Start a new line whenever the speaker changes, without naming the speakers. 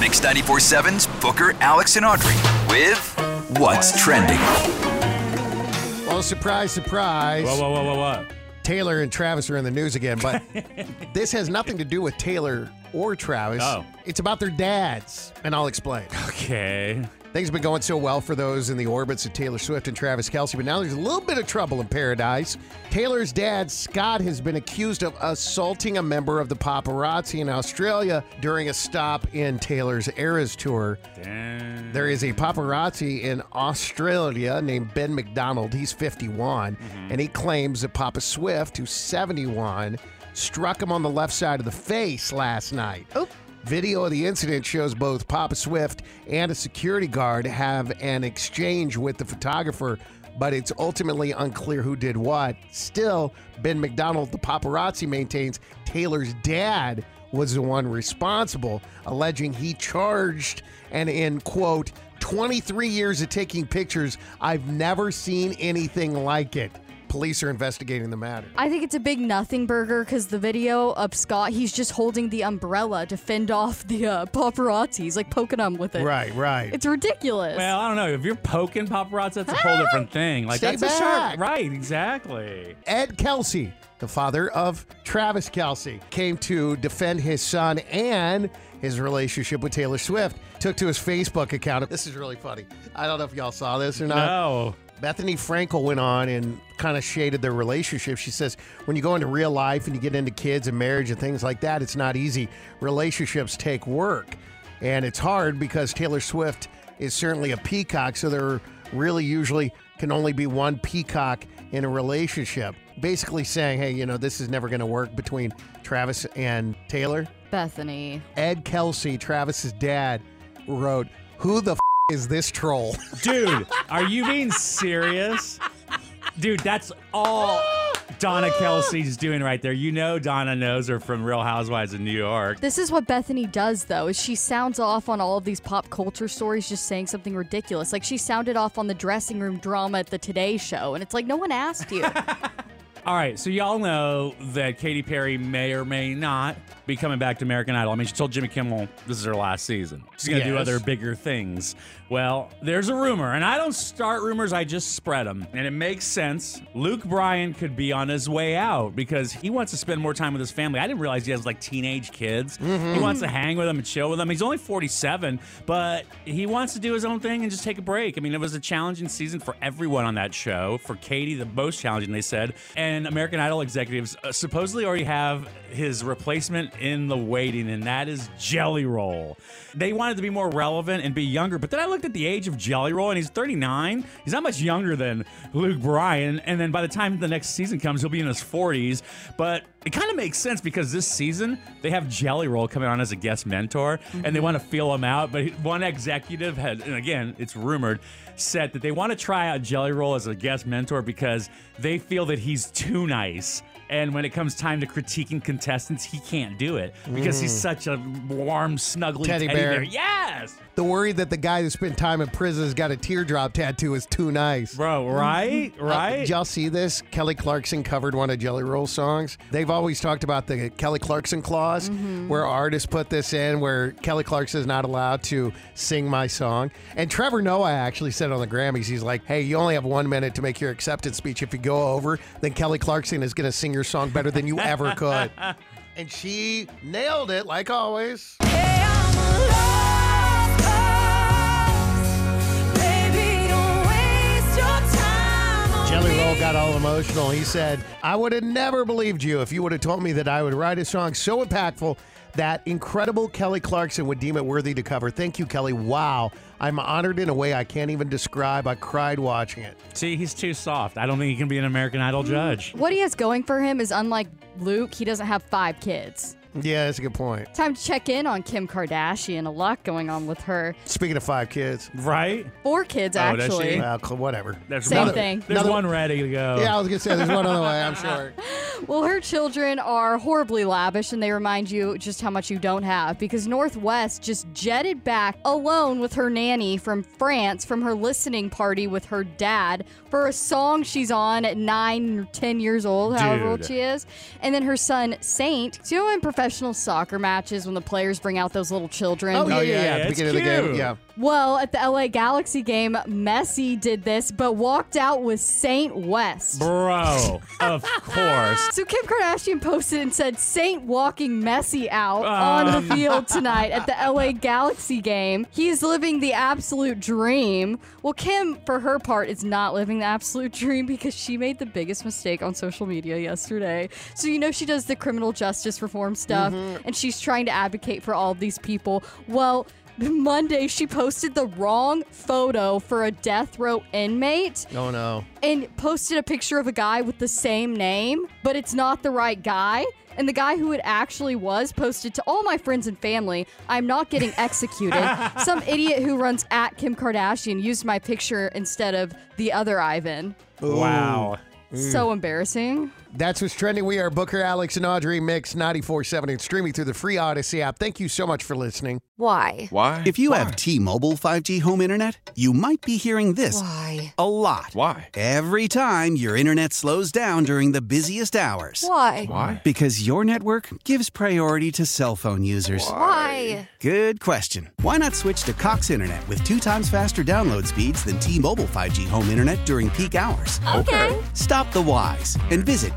Mix 94.7's Booker, Alex, and Audrey with What's Trending.
Well, surprise, surprise.
Whoa, whoa, whoa, whoa, whoa.
Taylor and Travis are in the news again, but this has nothing to do with Taylor or Travis.
Oh.
It's about their dads, and I'll explain.
Okay.
Things have been going so well for those in the orbits of Taylor Swift and Travis Kelsey, but now there's a little bit of trouble in paradise. Taylor's dad, Scott, has been accused of assaulting a member of the paparazzi in Australia during a stop in Taylor's Eras tour.
Damn.
There is a paparazzi in Australia named Ben McDonald. He's 51, and he claims that Papa Swift, who's 71, struck him on the left side of the face last night. Video of the incident shows both Papa Swift and a security guard have an exchange with the photographer, but it's ultimately unclear who did what. Still, Ben McDonald, the paparazzi, maintains Taylor's dad was the one responsible, alleging he charged and, in quote, 23 years of taking pictures, I've never seen anything like it. Police are investigating the matter.
I think it's a big nothing burger because the video of Scott, he's just holding the umbrella to fend off the uh, paparazzi. He's like poking them with it.
Right, right.
It's ridiculous.
Well, I don't know. If you're poking paparazzi, that's a whole different thing. Like
Stay
that's a sharp,
back.
right? Exactly.
Ed Kelsey, the father of Travis Kelsey, came to defend his son and his relationship with Taylor Swift. Took to his Facebook account. This is really funny. I don't know if y'all saw this or not.
No.
Bethany Frankel went on and kind of shaded their relationship. She says, when you go into real life and you get into kids and marriage and things like that, it's not easy. Relationships take work. And it's hard because Taylor Swift is certainly a peacock, so there really usually can only be one peacock in a relationship. Basically saying, hey, you know, this is never going to work between Travis and Taylor.
Bethany.
Ed Kelsey, Travis's dad, wrote, Who the f- is this troll?
Dude, are you being serious? Dude, that's all Donna Kelsey's doing right there. You know Donna knows her from Real Housewives of New York.
This is what Bethany does, though, is she sounds off on all of these pop culture stories just saying something ridiculous. Like she sounded off on the dressing room drama at the Today Show, and it's like no one asked you.
All right, so y'all know that Katy Perry may or may not be coming back to American Idol. I mean, she told Jimmy Kimmel this is her last season. She's going to do
Yes.
other bigger things. Well, there's a rumor, and I don't start rumors, I just spread them. And it makes sense. Luke Bryan could be on his way out because he wants to spend more time with his family. I didn't realize he has like teenage kids. He wants to hang with them and chill with them. He's only 47, but he wants to do his own thing and just take a break. I mean, it was a challenging season for everyone on that show. For Katie, the most challenging, they said. And American Idol executives uh, supposedly already have his replacement in the waiting, and that is Jelly Roll. They wanted to be more relevant and be younger, but then I looked at the age of Jelly Roll, and he's 39. He's not much younger than Luke Bryan. And then by the time the next season comes, he'll be in his 40s. But it kind of makes sense because this season they have Jelly Roll coming on as a guest mentor, and they want to feel him out. But one executive had, and again, it's rumored, said that they want to try out Jelly Roll as a guest mentor because they feel that he's too nice. And when it comes time to critiquing contestants, he can't do it because he's such a warm, snuggly
Teddy
teddy,
bear.
bear. Yes,
The worry that the guy that spent time in prison has got a teardrop tattoo is too nice.
bro. Right,
Uh,
right.
did y'all see this? Kelly Clarkson covered one of Jelly Roll's songs. They've always talked about the Kelly Clarkson clause, where artists put this in, where Kelly Clarkson is not allowed to sing my song. And Trevor Noah actually said on the Grammys, he's like, "Hey, you only have one minute to make your acceptance speech. If you go over, then Kelly Clarkson is going to sing your song better than you ever could." And she nailed it, like always. got all emotional. He said, I would have never believed you if you would have told me that I would write a song so impactful that incredible Kelly Clarkson would deem it worthy to cover. Thank you, Kelly. Wow. I'm honored in a way I can't even describe. I cried watching it.
See, he's too soft. I don't think he can be an American Idol judge.
What he has going for him is unlike Luke, he doesn't have five kids.
Yeah, that's a good point.
Time to check in on Kim Kardashian. A lot going on with her.
Speaking of five kids,
Right?
Four kids,
Oh, does
actually.
she?
well, cl- whatever.
There's
Same
one,
thing.
There's
Another-
one ready to go.
Yeah, I was going to say there's one other way, I'm sure.
Well, her children are horribly lavish, and they remind you just how much you don't have because Northwest just jetted back alone with her nanny from France from her listening party with her dad for a song she's on at nine or 10 years old, however old
Dude.
she is. And then her son, Saint, so you know, in professional soccer matches when the players bring out those little children.
Oh, yeah, yeah,
yeah,
yeah. At the
it's
beginning of the game.
cute.
Yeah.
Well, at the LA Galaxy game, Messi did this, but walked out with Saint West.
Bro, of course.
So Kim Kardashian posted and said Saint walking Messi out on the field tonight at the LA Galaxy game. He's living the absolute dream. Well, Kim, for her part, is not living the absolute dream because she made the biggest mistake on social media yesterday. So you know she does the criminal justice reform stuff and she's trying to advocate for all of these people. Well, Monday, she posted the wrong photo for a death row inmate
Oh, no.
and posted a picture of a guy with the same name, but it's not the right guy. And the guy who it actually was posted to all my friends and family, I'm not getting executed. Some idiot who runs at Kim Kardashian used my picture instead of the other Ivan.
Wow.
So embarrassing.
That's what's trending. We are Booker, Alex, and Audrey Mix 94.7 and streaming through the free Odyssey app. Thank you so much for listening.
Why?
Why?
If you have T-Mobile 5G home internet, you might be hearing this
Why?
a lot.
Why?
Every time your internet slows down during the busiest hours.
Why?
Why?
Because your network gives priority to cell phone users.
Why?
Good question. Why not switch to Cox Internet with two times faster download speeds than T-Mobile 5G home internet during peak hours?
Okay.
Stop the whys and visit